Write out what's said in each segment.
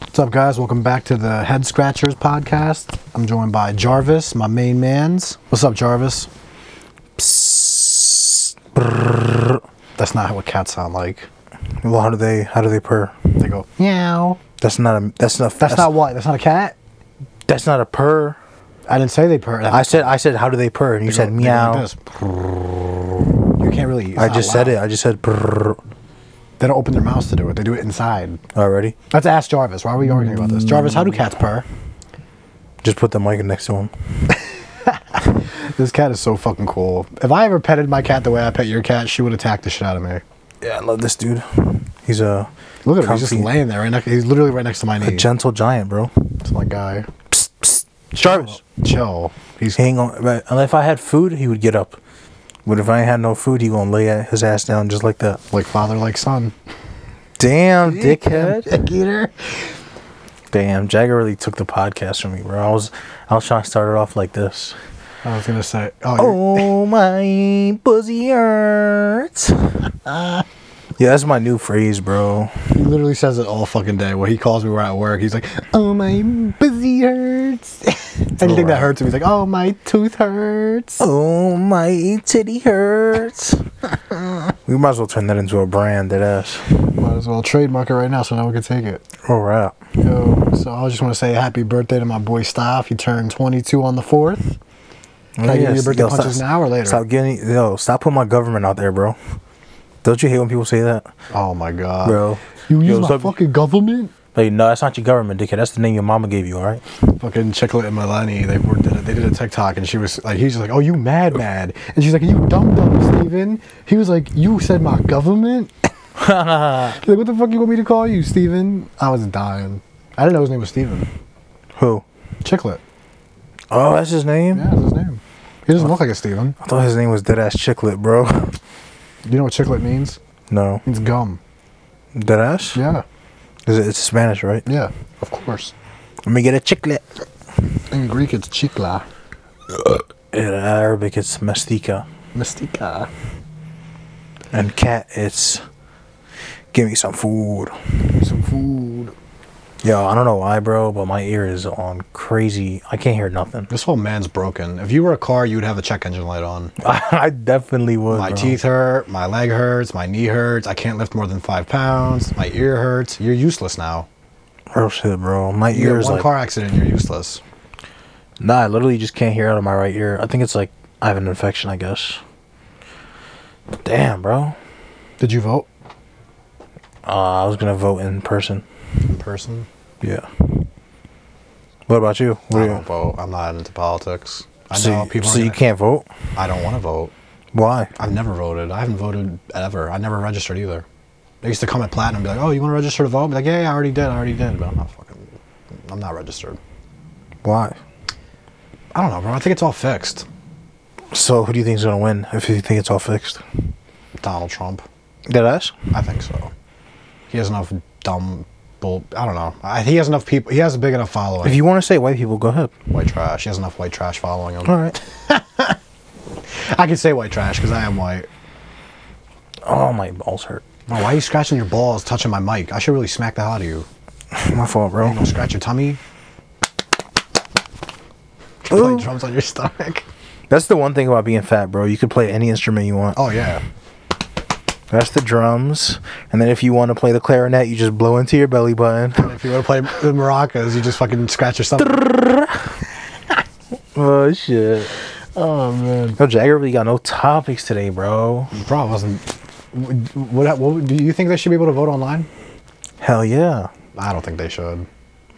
What's up, guys? Welcome back to the Head Scratchers podcast. I'm joined by Jarvis, my main man's. What's up, Jarvis? Psst. Brrr. That's not what cats sound like. Well, how do they how do they purr? They go meow. That's not a that's not That's, not what. That's not a cat. that's not a purr. I didn't say they purr. I said I said how do they purr? And you They go- said they go like meow. this. You can't really. I just said it. I just said purr They don't open their mouths to do it. They do it inside. already. Let's ask Jarvis. Why are we arguing about this? Jarvis, how do cats purr? Just put the mic next to him. This cat is so fucking cool. If I ever petted my cat the way I pet your cat, she would attack the shit out of me. Yeah, I love this dude. He's a Look at him. He's just comfy- laying there. Right next, he's literally right next to my knee. a gentle giant, bro. It's my guy. Psst, psst. Jarvis, Chill. He's hang on. Right. And if I had food, he would get up. But if I ain't had no food, he gonna lay his ass down just like that. like father, like son. Damn, dickhead. Dick eater. Damn, Jagger really took the podcast from me, bro. I was I was trying to start it off like this. I was gonna say. Oh, you're- Oh my pussy hurts. yeah, that's my new phrase, bro. he literally says it all fucking day. When he calls me, we're at work. He's like, "Oh my busy hurts." Anything that Alright. hurts him, he's like, "Oh my tooth hurts." Oh my titty hurts. we might as well turn that into a brand, that ass. Might as well trademark it right now so no one can take it. All right. Yo, so I just want to say happy birthday to my boy Staff. He turned 22 on the fourth. Can I give you your birthday punches now or later? Stop getting yo. Stop putting my government out there, bro. Don't you hate when people say that, Oh my god, bro? You use Yo, my stop- fucking government. Like, no, that's not your government, dickhead. That's the name your mama gave you. All right. fucking Chiclet and Melanie, they were, did a, they did a TikTok and she was like, he's just like, oh, you mad mad. And she's like, you dumb dumb, Steven. He was like, you said my government? He's like, what the fuck you want me to call you, Steven? I was dying. I didn't know his name was Steven. Who? Chiclet. Oh, that's his name. Yeah, that's his name. He doesn't look like a Steven. I thought his name was Deadass Chicklet, bro. You know what Chiclet means? no, It means gum. Deadass. Yeah, Is it, it's Spanish, right? yeah, of course. Let me get a chiclet. In Greek, it's chicla. In uh, Arabic, it's mastika. Mystica. And cat, it's give me some food. Some food. Yo, I don't know why, bro, but my ear is on crazy. I can't hear nothing. This whole man's broken. If you were a car, you would have the check engine light on. I, definitely would. My bro. teeth hurt, my leg hurts, my knee hurts, I can't lift more than five pounds, my ear hurts, you're useless now. Real shit, bro. My You ear get is one like. car accident, you're useless. Nah, I literally just can't hear out of my right ear. I think it's like I have an infection, I guess. Damn, bro. Did you vote? Uh, I was gonna vote in person. In person? Yeah. What about you? What I are don't you? vote. I'm not into politics. I so know you- people so are you gonna- can't vote? I don't want to vote. Why? I've never voted. I haven't voted ever. I never registered either. They used to come at Platinum and be like, oh, you want to register to vote? I'd be like, yeah, yeah, I already did. I already did. But I'm not fucking, I'm not registered. Why? I don't know, bro. I think it's all fixed. So who do you think is gonna win if you think it's all fixed? Donald Trump. Dead ass? I think so. He has enough dumb bull. I don't know. I, he has enough people. He has a big enough following. If you want to say white people, go ahead. white trash. He has enough white trash following him. All right. I can say white trash because I am white. Oh, my balls hurt. Bro, why are you scratching your balls, touching my mic? I should really smack the hell out of you. My fault, bro. Don't scratch your tummy. Play Ooh. drums on your stomach. That's the one thing about being fat, bro. You could play any instrument you want. Oh yeah. That's the drums, and then if you want to play the clarinet, you just blow into your belly button. If you want to play the maracas, you just fucking scratch your stomach. oh shit. Oh man. No, Jagger really got no topics today, bro. Bro, I wasn't. What, what, what? Do you think they should be able to vote online? Hell yeah, I don't think they should.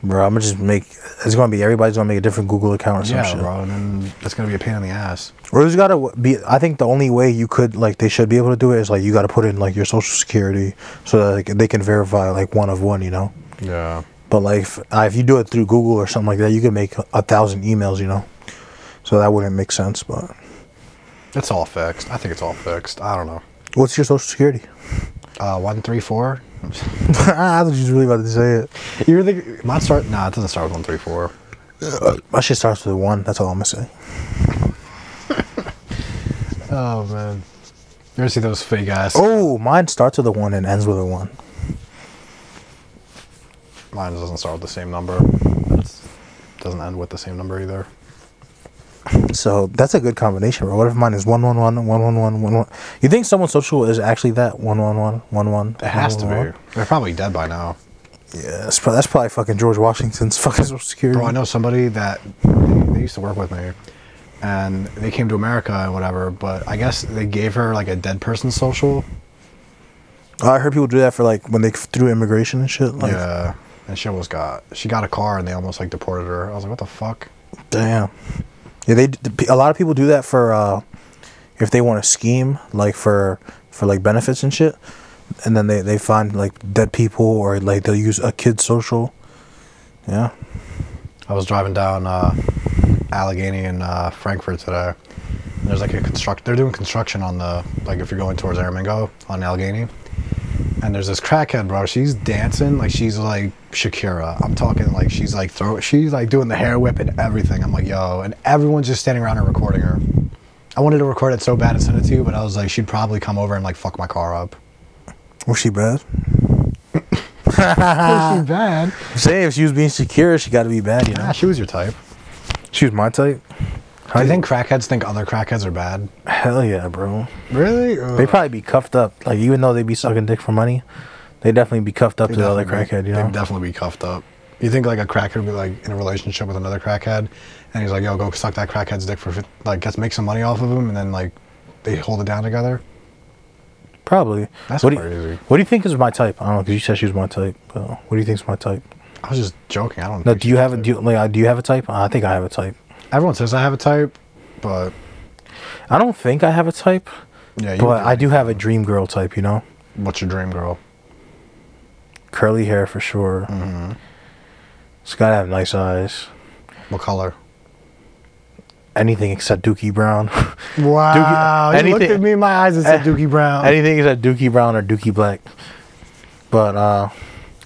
bro. I'm gonna just make. It's gonna be everybody's gonna make a different Google account or some Yeah, shit. bro. And then it's gonna be a pain in the ass. Or there's gotta w- be. I think the only way you could like they should be able to do it is like you gotta put in like your social security so that like, they can verify like one of one, you know. Yeah. But like if, uh, if you do it through Google or something like that, you could make a thousand emails, you know. So that wouldn't make sense. But It's all fixed. I think it's all fixed. I don't know. what's your social security? Uh, one three four. I was just really about to say it. You really think mine start? Nah, it doesn't start with one three four. Uh, My shit starts with a one. That's all I'm gonna say. Oh man, you ever see those fake ass? Oh, mine starts with a one and ends with a one. Mine doesn't start with the same number. It's, doesn't end with the same number either. So that's a good combination, bro. What if mine is one one one one one one one one? You think someone's social is actually that one one one one one? It has to be. They're probably dead by now. Yeah, that's probably, that's probably fucking George Washington's fucking social security. Bro, Oh, I know somebody that they, they used to work with me, and they came to America and whatever. But I guess they gave her like a dead person social. I heard people do that for like when they threw immigration and shit. Like, yeah, and she almost got she got a car and they almost like deported her. I was like, what the fuck? Damn. Yeah, they d- p- a lot of people do that for uh, if they want to scheme like for for like benefits and shit, and then they they find like dead people or like they'll use a kid's social. Yeah. I was driving down uh, Allegheny and uh, Frankfurt today. And there's like a construct. They're doing construction on the like if you're going towards Aramingo on Allegheny. And there's this crackhead, bro. She's dancing like she's like Shakira. I'm talking like she's like throw. She's like doing the hair whip and everything. I'm like yo, and everyone's just standing around and recording her. I wanted to record it so bad and send it to you, but I was like, she'd probably come over and like fuck my car up. Was she bad? she bad? Say if she was being secure, she got to be bad, you Nah, know. she was your type. She was my type. Do you think crackheads think other crackheads are bad? Hell yeah, bro. Really? They'd probably be cuffed up. Like even though they'd be sucking dick for money, they'd definitely be cuffed up to the other crackhead. You know. They'd definitely be cuffed up. You think like a crackhead would be like in a relationship with another crackhead, and he's like, "Yo, go suck that crackhead's dick for fif- like, get make some money off of him," and then like they hold it down together. Probably. That's what do you- crazy. what do you think is my type? I don't know because you said she was my type. But what do you think is my type? I was just joking. I don't. No, think do you she's have a type. do you, like, uh, do you have a type? I think I have a type. Everyone says I have a type, but I don't think I have a type, yeah, you. but I do have a dream girl type. You know, What's your dream girl? curly hair for sure. Mm-hmm. It's gotta have nice eyes. What color? Anything except Dookie Brown. Oh. Wow! you looked anything- at me in my eyes and said Eh, Dookie Brown. Anything except Dookie Brown or Dookie Black. But uh,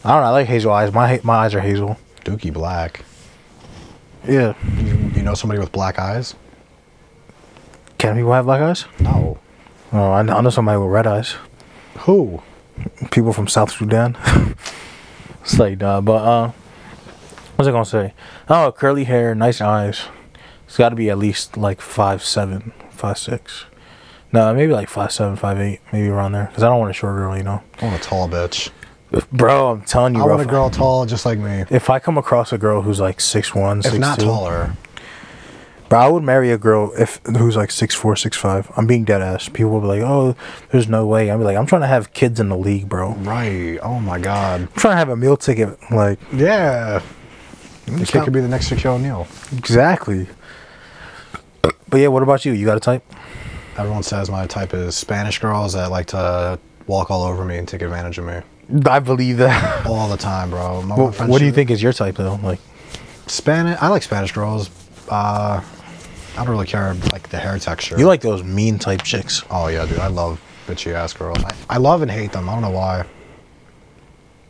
I don't know. I like hazel eyes. My ha- my eyes are hazel. Dookie Black. Yeah. You, you know somebody with black eyes? Can people have black eyes? No. Oh, I know, I know somebody with red eyes. Who? people from South Sudan. it's like, nah, but uh, what's I gonna say? Oh, curly hair, nice eyes. It's got to be at least like five seven, five six. No, maybe like five seven, five eight, maybe around there. Cause I don't want a short girl, you know. I want a tall bitch. Bro, I'm telling you, I bro, want a if- girl tall, just like me. If I come across a girl who's like six one, If not taller, But I would marry a girl if who's like six four, six five. I'm being dead ass. People will be like, "Oh, there's no way." I'm like, "I'm trying to have kids in the league, bro. I'm Right. Oh my God. trying to have a meal ticket." Like, Yeah. The it's kid not- could be the next Shaquille O'Neal. Exactly. But yeah, what about you? You got a type? Everyone says my type is Spanish girls that like to walk all over me and take advantage of me I believe that. all the time, bro. My one what, friend, what do you she- think is your type though? Like, Spanish. I like Spanish girls. Uh, I don't really care like the hair texture. you like those mean type chicks. Oh yeah, dude. I love bitchy ass girls. I, I love and hate them. I don't know why.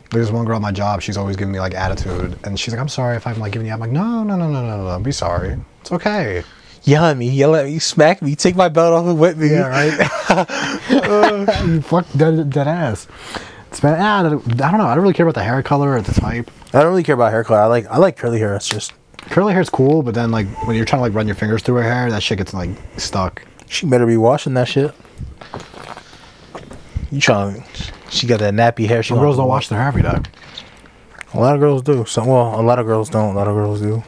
There's one girl at my job. She's always giving me like attitude, and she's like, "I'm sorry if I'm like giving you." I'm like, "No, no, no, no, no, no. Be sorry. It's okay." Yell at me, yell at me, smack me, take my belt off and whip me. Yeah, right. you fuck dead, dead ass. It's been, ah, I don't know. I don't really care about the hair color or the type. I don't really care about hair color. I like I like curly hair. It's just Curly hair's cool, but then like when you're trying to like run your fingers through her hair, that shit gets like stuck. she better be washing that shit. You trying? She got that nappy hair. She Some girls gonna- don't wash their hair every day. A lot of girls do. Some well, a lot of girls don't. A lot of girls do.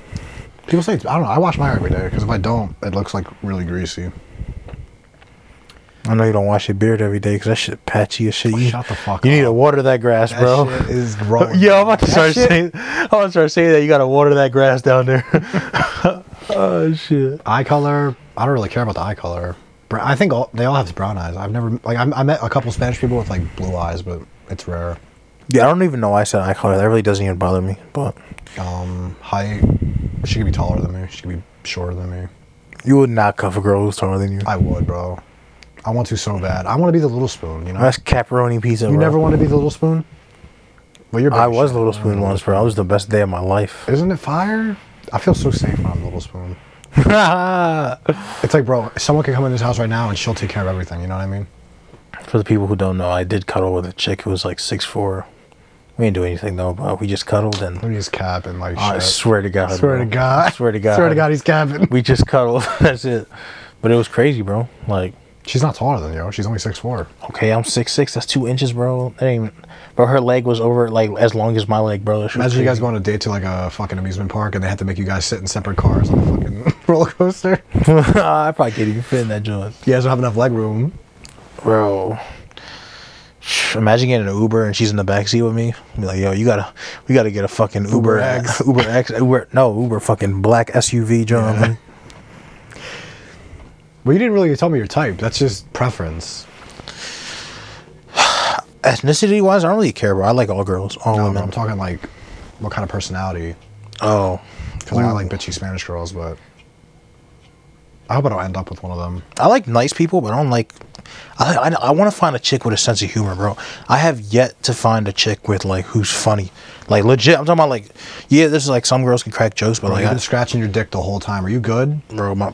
People say it's, I don't know. I wash my hair every day because if I don't, it looks like really greasy. I know you don't wash your beard every day because that shit patchy as shit. Oh, you, shut the fuck You need up. to water that grass, That bro. shit is rolling. Yo, I'm about to That start shit- saying. I'm about to start saying that you gotta water that grass down there. oh shit! Eye color. I don't really care about the eye color. Br- I think all, they all have brown eyes. I've never like I'm, I met a couple Spanish people with like blue eyes, but it's rare. Yeah, I don't even know why I said eye color. That really doesn't even bother me. But Um, height. She could be taller than me. She could be shorter than me. you would not cuff a girl who's taller than you. I would, bro. I want to so bad. I want to be the little spoon. You know. Hmm. That's pepperoni pizza. you bro. never want to be the little spoon. Well, you're. I big was shit. Little Spoon once, bro. That was the best day of my life. Isn't it fire? I feel so safe when I'm little spoon. For It's like, bro, someone could come in this house right now and she'll take care of everything. You know what I mean? the people who don't know, I did cuddle with a chick who was like six four, We didn't do anything though, but we just cuddled and Let me just cap and like I Oh, shit. swear to God. Swear to bro. God. Swear to God. Swear to God, he's capping. We just cuddled. That's it. But it was crazy, bro. Like, She's not taller than you. She's only six four. okay, I'm six six. That's two inches, bro. That ain't even. Bro, her leg was over like as long as my leg, bro. That shit was Imagine you guys crazy. go on a date to like a fucking amusement park and they have to make you guys sit in separate cars on a fucking roller coaster. You I probably can't even fit in that joint, guys don't have enough leg room. bro. Imagine getting an Uber and she's in the backseat with me. Be like, yo, you gotta, we gotta get a fucking Uber, Uber X, X. Uber X, Uber, no, Uber fucking black SUV, John. Yeah. Well, you didn't really tell me your type. That's just preference. Ethnicity wise, I don't really care, bro. I like all girls, all No, but women. I'm talking like what kind of personality. oh, Because I like bitchy Spanish girls, but I hope I don't end up with one of them. I like nice people, but I don't like. I I, I want to find a chick with a sense of humor, bro. I have yet to find a chick with like who's funny, like legit. I'm talking about like, yeah, this is like some girls can crack jokes, but Bro, like, you've been I, scratching your dick the whole time. Are you good? bro, my,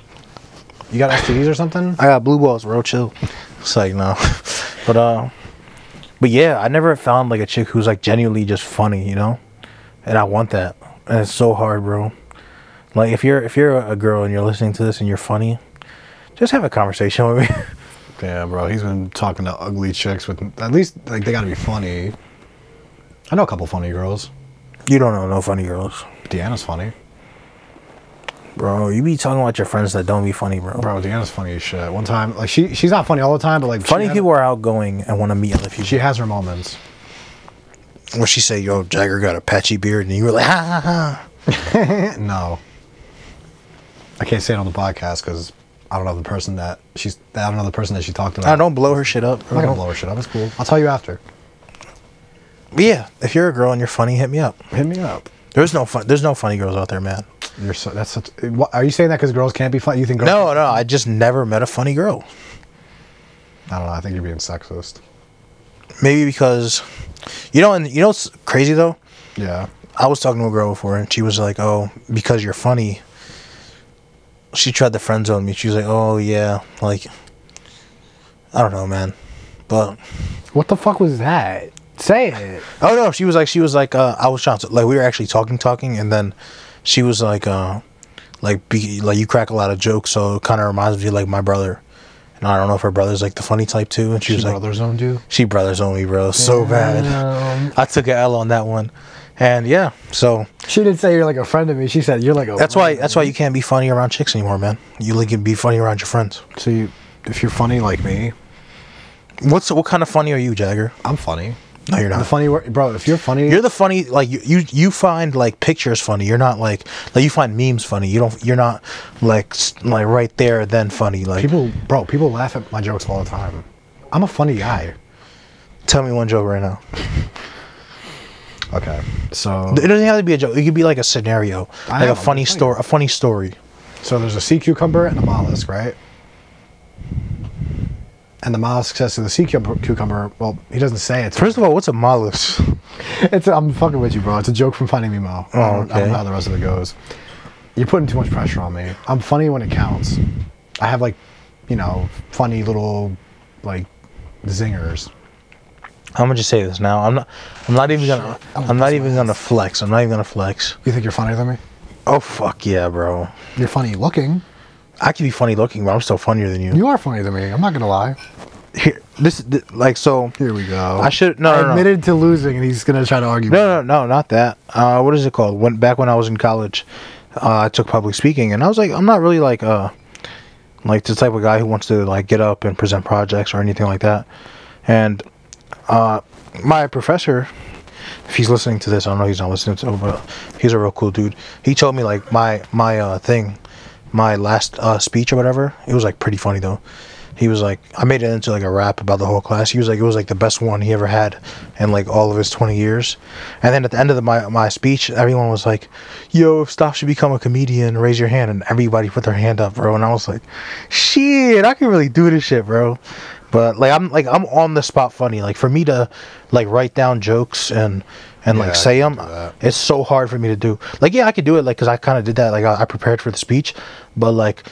You got STDs or something? I got blue balls, bro. Chill. It's like no, but uh, but yeah, I never found like a chick who's like genuinely just funny, you know, and I want that, and it's so hard, bro. Like if you're if you're a girl and you're listening to this and you're funny, just have a conversation with me. Yeah, bro. He's been talking to ugly chicks with at least like they got to be funny. I know a couple funny girls. you don't know no funny girls. Deanna's funny. Bro, you be talking about your friends that don't be funny, bro. Bro, Deanna's funny as shit. One time, like she she's not funny all the time, but like she funny had- people are outgoing and want to meet other people. She has her moments. when she say, "Yo, Jagger got a patchy beard," and you were like, "Ha ha ha," no, I can't say it on the podcast because I don't know the person that she's. I don't know the person that she talked about. I don't blow her shit up. I'm Bro. not gonna blow her shit up. It's cool. I'll tell you after. But yeah, if you're a girl and you're funny, hit me up. Hit me up. There's no fun. There's no funny girls out there, man. You're so. That's such. What, are you saying that because girls can't be funny? You think girls? No, no, I just never met a funny girl. I don't know. I think you're being sexist. Maybe because, you know, and you know, what's crazy though. Yeah. I was talking to a girl before, and she was like, "Oh, because you're funny." She tried to friend zone me. She was like, "Oh yeah, like, I don't know, man," but What the fuck was that? Say it. Oh no, she was like she was like uh, I was trying to like we were actually talking talking and then she was like uh like be, like you crack a lot of jokes so it kind of reminds me like my brother and I don't know if her brother's like the funny type too and she was She's like brothers owned you. Um, she brothers only bro so bad I took a L on that one and yeah so She didn't say you're like a friend of me. She said you're like a. that's why that's why you can't be funny around chicks anymore man you like can be funny around your friends So you, if you're funny like me, what's what kind of funny are you Jagger I'm funny. no you're The not funny word, bro. If you're funny, you're the funny like you, you you find like pictures funny you're not like like you find memes funny you don't you're not like s- like right there then funny like people, bro. People laugh at my jokes all the time. I'm a funny guy. tell me one joke right now Okay. So it doesn't have to be a joke it could be like a scenario I like know, a I'm funny just story a funny story so there's a sea cucumber and a mollusk, right? And the mollusk says to the sea cucumber, cucumber well, he doesn't say it. first of all what's a mollusk It's I'm fucking with you, bro. It's a joke from Finding Nemo. I, don't, I Oh, okay. don't know how the rest of it goes. You're putting too much pressure on me. I'm funny when it counts. I have like, you know, funny little like zingers. i'm gonna just say this now i'm not i'm not even gonna i'm not even gonna flex i'm not even gonna flex You think you're funnier than me? oh fuck yeah bro You're funny looking. i could be funny looking but i'm still funnier than you You are funnier than me. I'm not gonna lie. Here, this th- like so Here we go. I should- no, I no, no. admitted to losing, and he's gonna try to argue. No, no, no, not that. Uh, what is it called? When back when I was in college, uh, I took public speaking, and I was like, I'm not really like uh, like the type of guy who wants to like get up and present projects or anything like that. And uh, my professor, if he's listening to this, I don't know he's not listening to, it, but he's a real cool dude. He told me like my my uh, thing, my last uh, speech or whatever. It was like pretty funny though. He was like, I made it into like a rap about the whole class. He was like, it was like the best one he ever had in like all of his 20 years. And then at the end of the, my my speech, everyone was like, "Yo, if Stop should become a comedian, raise your hand." And everybody put their hand up, bro. And I was like, "Shit, I can really do this shit, bro." But like I'm like I'm on the spot funny. Like for me to like write down jokes and and Yeah, like I say can them, do that. it's so hard for me to do. Like yeah, I could do it like because I kind of did that. Like I, I prepared for the speech, but like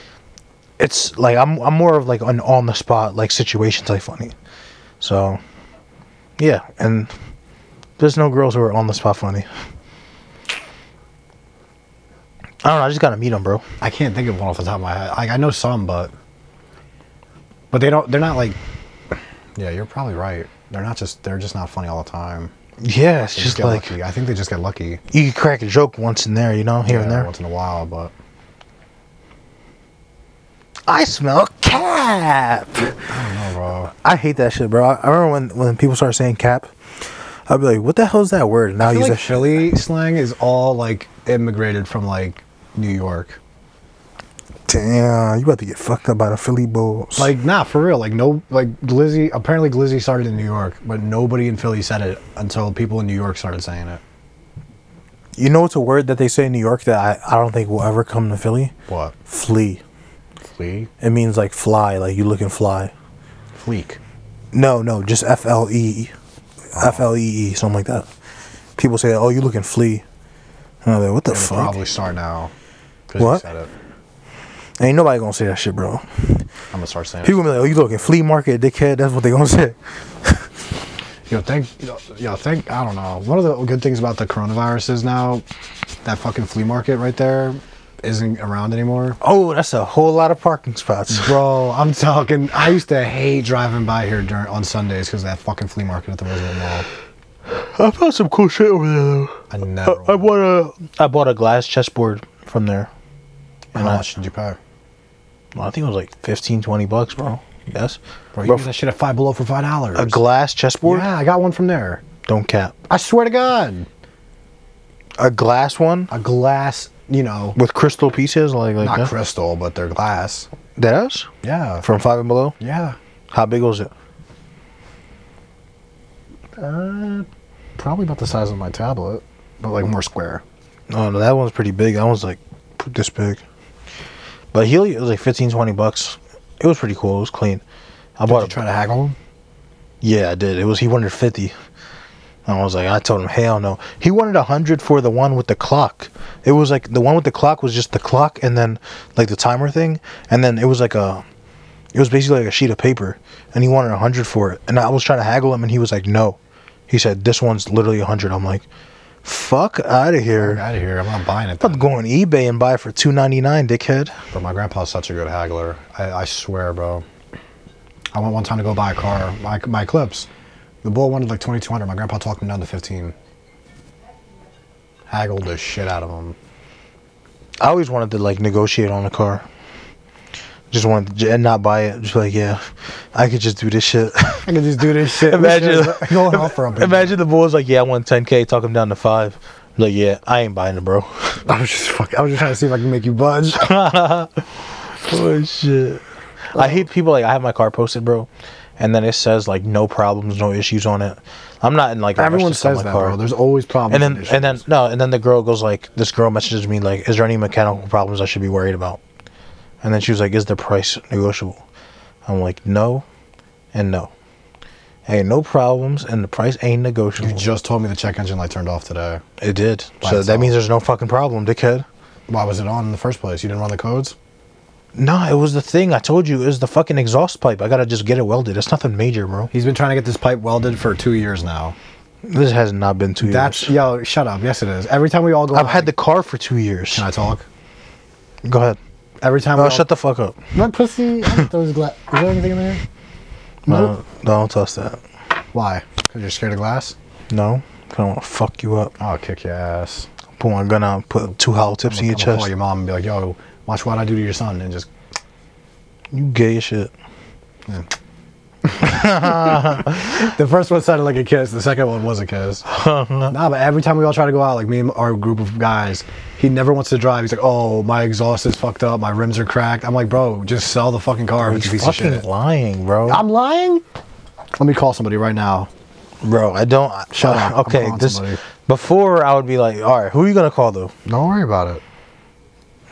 it's like I'm I'm more of like an on the spot like situation type funny. So yeah, and There's no girls who are on the spot funny. I don't know. I just gotta meet them, bro. I can't think of one off the top of my head. Like I know some, but but they don't. They're not like. Yeah, you're probably right. They're not just. They're just not funny all the time. Yeah, it's They just get like lucky. I think they just get lucky you could crack a joke once in there, you know, here yeah, and there. once in a while, but I smell cap. I don't know, bro. I hate that shit, bro. I, I remember when when people started saying cap, I'd be like, "What the hell is that word?" And now I I feel use like that shit. Philly slang is all like immigrated from like New York. Damn, you about to get fucked up by the Philly Bulls. Like, nah, for real. Like, no, like Glizzy. Apparently, Glizzy started in New York, but nobody in Philly said it until people in New York started saying it. you know, it's a word that they say in New York that I, I don't think will ever come to Philly. What? Flee. Flea? It means like fly, like you looking fly. Fleek. No, no, just F L E, F L E E, something like that. People say, "Oh, you looking flee," and I'm like, "What the It'll fuck?" probably start now. 'cause you What? said it. Ain't nobody gonna say that shit, bro. I'm gonna start saying it. People gonna be like, "Oh, you looking flea market, dickhead." That's what they gonna say. Yo, thank, yo, yo, thank, I don't know. One of the good things about the coronavirus is now that fucking flea market right there isn't around anymore. Oh, that's a whole lot of parking spots. Bro, I'm talking. I used to hate driving by here during, on Sundays because that fucking flea market at the Roosevelt Mall. I found some cool shit over there though. I never. I bought a I bought a glass chessboard from there. How much did you pay? I think it was like 15, 20 bucks, bro. Yes. Bro, you Bro, can get that shit at Five Below for five dollars. a glass chessboard? Yeah, I got one from there. Don't cap. I swear to God, A glass one a glass. You know, with crystal pieces, like like not that. crystal, but they're glass. Theirs? Yeah. From five and below. yeah. How big was it? Uh, probably about the size of my tablet, but like more square. Oh no, that one's pretty big. That one's like this big. But he only- it was like 15, 20 bucks. It was pretty cool. It was clean. I Did bought you a try to haggle him? Yeah, I did. It was he wanted fifty. And I was like, I told him, hell no. He wanted a hundred for the one with the clock. It was like the one with the clock was just the clock and then like the timer thing, and then it was like a, it was basically like a sheet of paper, and he wanted a hundred for it. And I was trying to haggle him, and he was like, no. He said, this one's literally a hundred. I'm like, fuck out of Get here. out of here! I'm not buying it. I'm Then. going on eBay and buy it for two ninety nine, dickhead. But my grandpa's such a good haggler. I, I swear, bro. I went one time to go buy a car, my, my Eclipse. The bull wanted like 2200. My grandpa talked him down to 15. Haggled the shit out of him. I always wanted to like negotiate on a car. Just wanted to, j- and not buy it. Just like yeah, I could just do this shit. I can just do this shit. imagine going off for a bit. Imagine the boys like yeah, I want 10k, talk him down to five. Like yeah, I ain't buying it, bro. I was just fucking, I was just trying to see if I can make you budge. oh shit. I hate people like I have my car posted, bro, and then it says like no problems, no issues on it. I'm not in like a rush to Everyone sell says that, my car. bro. There's always problems. and then and then no, and then the girl goes like, this girl messages me like, is there any mechanical problems I should be worried about? And then she was like, is the price negotiable? I'm like, no, and no. Hey, no problems, and the price ain't negotiable. you just told me the check engine light turned off today. It did. By so that itself. means there's no fucking problem, dickhead. Why was it on in the first place? You didn't run the codes? No, it was the thing I told you. It was the fucking exhaust pipe. I gotta just get it welded. It's nothing major, bro. He's been trying to get this pipe welded for two years now. This has not been two That's, years. yo, shut up. Yes, it is. Every time we all go I've out, had the car for two years. Can I talk? Go ahead. Every time No, we all- Uh, shut the fuck up. My pussy. I those gla- Is there anything in there? No, don't touch that. Why? Because you're scared of glass? No, 'cause I don't want to fuck you up. I'll kick your ass. Put my gun out. Put two hollow tips in your I'ma call chest. your mom and be like, yo, watch what I do to your son. And just, You gay as shit. the first one sounded like a kiss. The second one was a kiss. nah, but every time we all try to go out, like me and our group of guys, he never wants to drive. He's like, oh, my exhaust is fucked up. My rims are cracked. I'm like, bro, just sell the fucking car. You're It's a piece of fucking shit. lying, bro. I'm lying? Let me call somebody right now. bro, I don't. Shut up. I'm Okay, calling this. somebody. Before I would be like, all right, who are you gonna call though? Don't worry about it.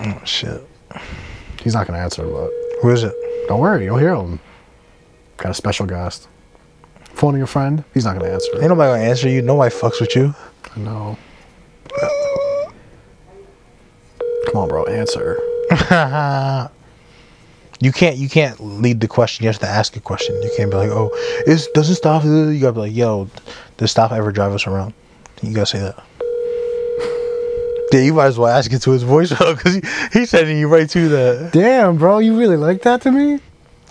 Oh, shit. He's not going to answer, but Who is it? don't worry. You'll hear him. Got a special guest. Phoning a friend. He's not going to answer. Ain't nobody gonna answer you. Nobody fucks with you. No. Come on, bro. Answer. you can't you can't lead the question. You have to ask a question. You can't be like, oh, is doesn't stop. You gotta be like, yo, does stop ever drive us around? You gotta say that. Yeah, you might as well ask it to his voice because he, he's sending you right to that. Damn, bro, you really like that to me?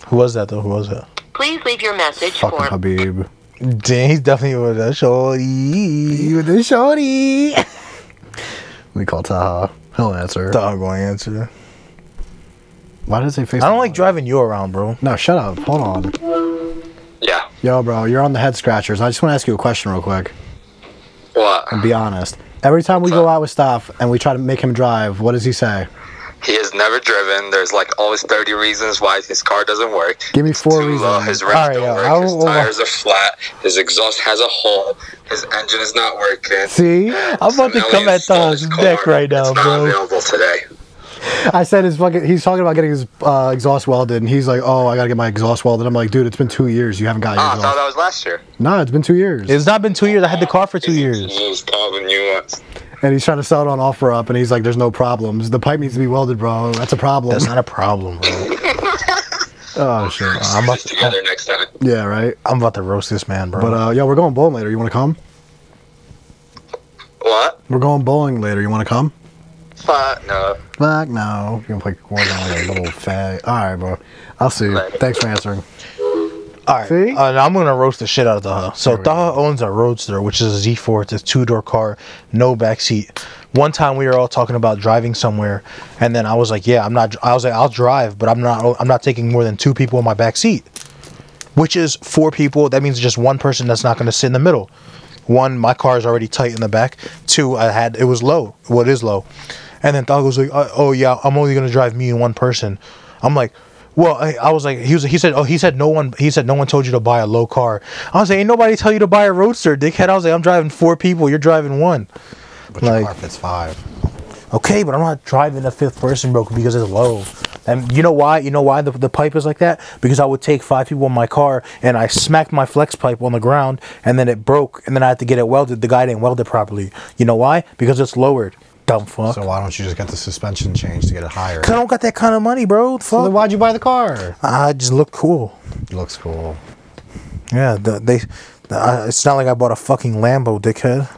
Who was that though? Who was that? Please leave your message Fucking for Habib. Damn, he's definitely with us. Shorty. You the shorty. we call Taha. He'll answer. Thought I'm going to answer. Why does it say face? I don't like driving you around, bro. No, shut up. Hold on. Yeah. Yo, bro, you're on the head scratchers. I just want to ask you a question real quick. What? Be honest. Every time we go out with Staff and we try to make him drive, what does he say? He has never driven. There's like always 30 reasons why his car doesn't work. Give me It's four too low, reasons. His All right, rims don't yo, work. I his will- tires are flat. His exhaust has a hole. His engine is not working. See? I'm about to Some come alien at stole Tom's his neck car. right now, it's Not bro. available today. I said his fucking. He's talking about getting his uh, exhaust welded, and he's like, "Oh, I gotta get my exhaust welded." I'm like, "Dude, it's been two years. You haven't got your Oh, I thought exhaust." that was last year. Nah, it's been two years. It's not been two years. I had the car for two years. Just call the new ones. and he's trying to sell it on offer up, and he's like, "There's no problems. The pipe needs to be welded, bro. That's a problem." That's not a problem, bro. oh shit. I'm about to, Together next time. Yeah, right. I'm about to roast this man, bro. But uh, yo, we're going bowling later. You want to come? What? We're going bowling later. You want to come? Fuck no. Fuck no. You're gonna play Warzone like a little fag. All right, bro. I'll see you. Thanks for answering. All right. See? Uh, now I'm gonna roast the shit out of Taha. So Taha owns a Roadster, which is a Z4. It's a two-door car, no backseat. One time we were all talking about driving somewhere, and then I was like, "Yeah, I'm not." I was like, "I'll drive, but I'm not. I'm not taking more than two people in my back seat, which is four people. That means just one person that's not gonna sit in the middle. One, my car is already tight in the back. Two, I had it was low. What is low? And then Taha was like, "Uh, "Oh yeah, I'm only gonna drive me and one person." I'm like. Well, I, I was like, he was. He said, oh, he said no one. He said no one told you to buy a low car. I was like, ain't nobody tell you to buy a roadster, dickhead. I was like, I'm driving four people. You're driving one. But Like- your car fits five. Okay, but I'm not driving a fifth person, bro, because it's low. And you know why? You know why the, the pipe is like that? Because I would take five people in my car and I smacked my flex pipe on the ground and then it broke and then I had to get it welded. The guy didn't weld it properly. You know why? Because it's lowered. Dumb fuck. So why don't you just get the suspension changed to get it higher? 'Cause I don't got that kind of money, bro. Fuck. Well, then why'd you buy the car? I just look cool. Looks cool. Yeah, the, they. the- I, it's not like I bought a fucking Lambo, dickhead.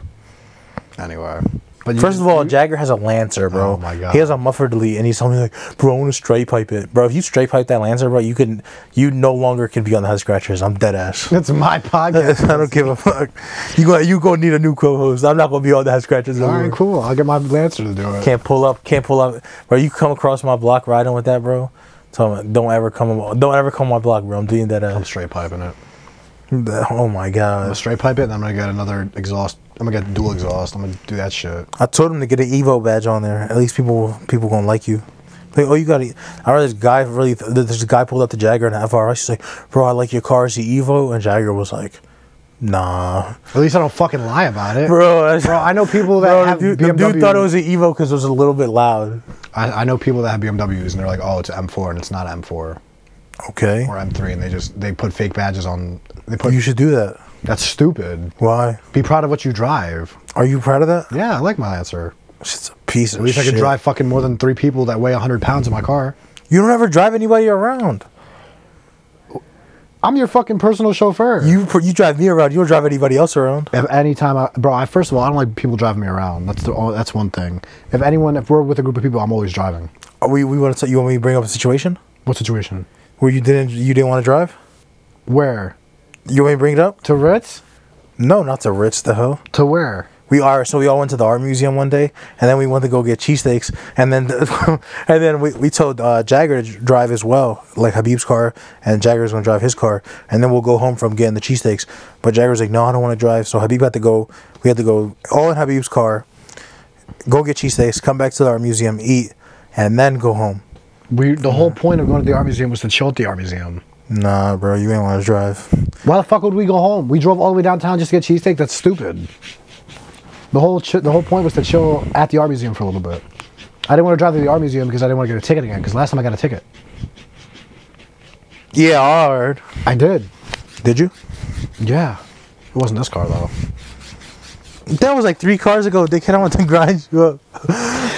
Anyway, but you First of all, Jagger has a Lancer, bro. Oh my God. He has a muffler delete, and he's telling me like, bro, I want to straight pipe it, bro. If you straight pipe that Lancer, bro, you can, you no longer can be on the head scratchers. I'm dead ass. it's my podcast. I don't give a fuck. You gonna you gonna need a new co-host. I'm not gonna be on the head scratchers. all anymore. right, cool. I'll get my Lancer to do it. Can't pull up. Can't pull up, bro. You come across my block riding with that, bro. Tell me, don't ever come. Don't ever come on my block, bro. I'm doing that I'm ass. straight piping it. Oh my I'm gonna god. straight pipe it, and I'm gonna get another exhaust. I'm gonna get dual exhaust. I'm gonna do that shit. I told him to get an Evo badge on there. At least people people gonna like you. Like, oh, you got it. I remember this guy really. th- This guy pulled up the Jagger and FRS. He's like, bro, I like your car. Is the Evo? And Jagger was like, nah, At least I don't fucking lie about it, bro. Bro, I know people that Bro, have the, dude, the BMW. dude thought it was an Evo because it was a little bit loud. I, I know people that have BMWs, and they're like, "Oh, it's an M4, and it's not M4 or Okay, M3," and they just they put fake badges on. They put you should do that. that's stupid. Why? Be proud of what you drive. Are you proud of that? Yeah, I like my answer. It's a piece of At least I shit. could drive fucking more than three people that weigh 100 pounds in my car. You don't ever drive anybody around. I'm your fucking personal chauffeur. You pr- you drive me around. You don't drive anybody else around. If any time, I, bro, I first of all, I don't like people driving me around. That's the only- that's one thing. If anyone, if we're with a group of people, I'm always driving. Are we we want to you want me to bring up a situation What situation? where you didn't you didn't want to drive. Where? You want me to bring it up? To Ritz? No, not to Ritz the hoe. To where? We are so we all went to the art museum one day, and then we went to go get cheesesteaks, and then and then we, we told uh, Jagger to drive as well, like Habib's car, and Jagger's gonna drive his car, and then we'll go home from getting the cheesesteaks. But Jagger's like, no, I don't want to drive, so Habib had to go. We had to go all in Habib's car, go get cheesesteaks, come back to the art museum, eat, and then go home. We. The whole point of going to the art museum was to chill at the art museum. Nah, bro, you ain't want to drive. Why the fuck would we go home? We drove all the way downtown just to get cheesesteak. That's stupid. The whole chi- the whole point was to chill at the art museum for a little bit. I didn't want to drive to the art museum because I didn't want to get a ticket again. Because last time I got a ticket, Yeah, hard. I did. Did you? Yeah. It wasn't this car though. That was like three cars ago, dickhead. I want to grind you up.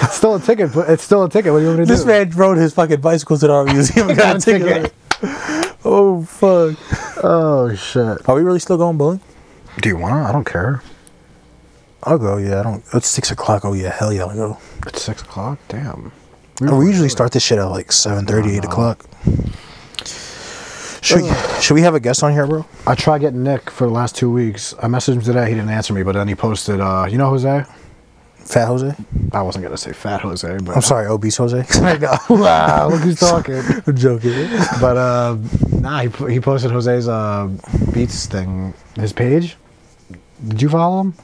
It's still a ticket, but it's still a ticket. What do you want me to This do? man rode his fucking bicycle to the art museum and got a ticket. Oh, fuck. Oh shit. Are we really still going bowling? Do you want? I don't care. I'll go, yeah. I don't. It's 6 o'clock. Oh, yeah. Hell yeah, I'll go. It's six o'clock. Damn. And we usually start this shit at like 7.30, 8 o'clock. Should we, should we have a guest on here, bro? I tried getting Nick for the last two weeks. I messaged him today. He didn't answer me, but then he posted. Uh, you know Jose? Fat Jose? I wasn't gonna say fat Jose, but I'm sorry, obese Jose. wow, look who's talking. I'm joking. but uh, nah, he he posted Jose's uh beats thing. His page. Did you follow him?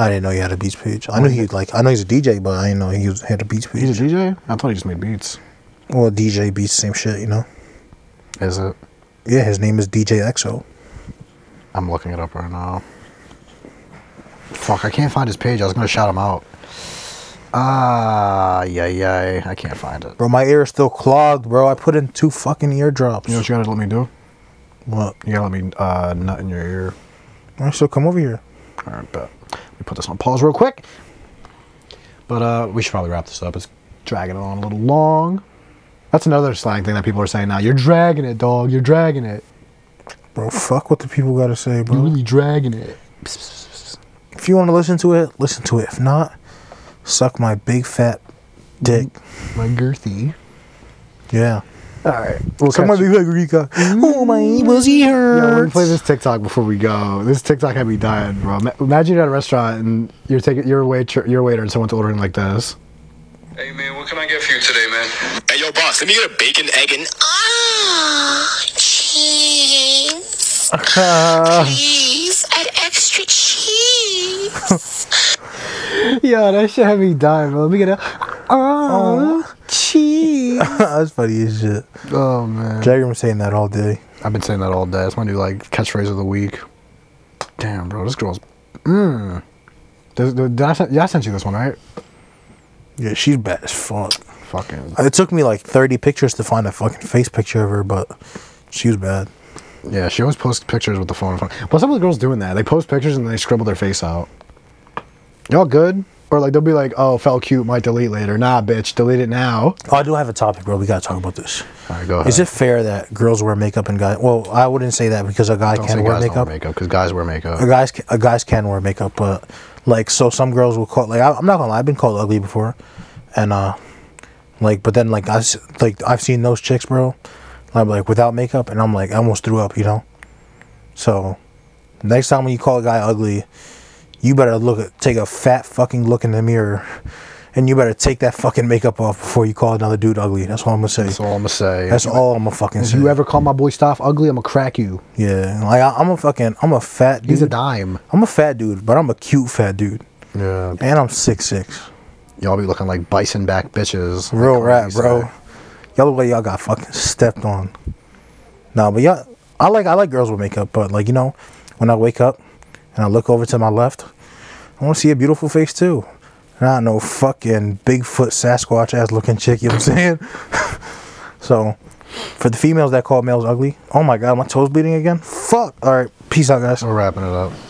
I didn't know he had a beach page. I knew he like I know he's a DJ, but I didn't know he was, had a beach page. He's a DJ. I thought he just made beats. Well, DJ beats same shit, you know. Is it? Yeah, his name is DJ EXO. I'm looking it up right now. Fuck, I can't find his page. I was gonna shout him out. Ah, yeah, yeah. I can't find it. Bro, my ear is still clogged, bro. I put in two fucking eardrops. You know what you gotta let me do? what? You gotta let me uh, nut in your ear. Why so come over here? All right, bet. Let me put this on pause real quick. But uh, we should probably wrap this up. It's dragging it on a little long. That's another slang thing that people are saying now. You're dragging it, dog. You're dragging it. Bro, fuck what the people gotta say, You're bro. really dragging it. If you wanna listen to it, listen to it. If not, suck my big fat dick. My girthy. Yeah. All right. We'll Suck my catch you. Mm-hmm. big fat Rika. Oh my pussy Yeah, we're gonna hurts. play this TikTok before we go. This TikTok had me dying, bro. Ma- Imagine you're at a restaurant and you're taking your waiter, your waiter, and someone's ordering like this. Hey man, what can I get for you today, man? Hey, yo, boss, let me get a bacon, egg, and. Ah, cheese. Please add extra cheese. Yeah, that shit had me dying, bro. Let me get a. Oh, cheese. That's funny as shit. Oh man. Jagger been saying that all day. I've been saying that all day. That's my new like catchphrase of the week. Damn, bro, this girl's. Mmm. Did, did, did I send, yeah, I sent you this one, right? Yeah, she's bad as fuck. Fucking. It took me like 30 pictures to find a fucking face picture of her, but she was bad. Yeah, she always posts pictures with the phone. in front. What's up with girls doing that? They post pictures and they scribble their face out. Y'all good? Or like they'll be like, "Oh, felt cute, might delete later." Nah, bitch, delete it now. Oh, I do have a topic, bro. We gotta talk about this. All right, go ahead. Is it fair that girls wear makeup and guys? Well, I wouldn't say that because a guy Don't can say wear guys makeup. don't wear makeup because guys wear A makeup. guys, ca- a guys can wear makeup, but like, so some girls will call. Like, I, I'm not gonna lie, I've been called ugly before, and uh, like, but then like I s- like I've seen those chicks, bro. Like, like without makeup, and I'm like, I almost threw up, you know. So, next time when you call a guy ugly, you better look at take a fat fucking look in the mirror, and you better take that fucking makeup off before you call another dude ugly. That's all I'm gonna say. That's all I'm gonna say. That's all I'm gonna fucking If say. you ever call my boy Staff ugly, I'm gonna crack you. yeah, like I, I'm a fucking, I'm a fat dude. He's a dime. I'm a fat dude, but I'm a cute fat dude, Yeah. and I'm six six. Y'all be looking like bison back bitches. like Real Cardi rap, said. bro. Y'all look like y'all got fucking stepped on. Nah, but y'all, I like I like girls with makeup, but like you know, when I wake up and I look over to my left, I want to see a beautiful face too. Not no fucking Bigfoot Sasquatch ass looking chick. You know what I'm saying? so, for the females that call males ugly, oh my god, my toes bleeding again. Fuck. All right, peace out, guys. We're wrapping it up.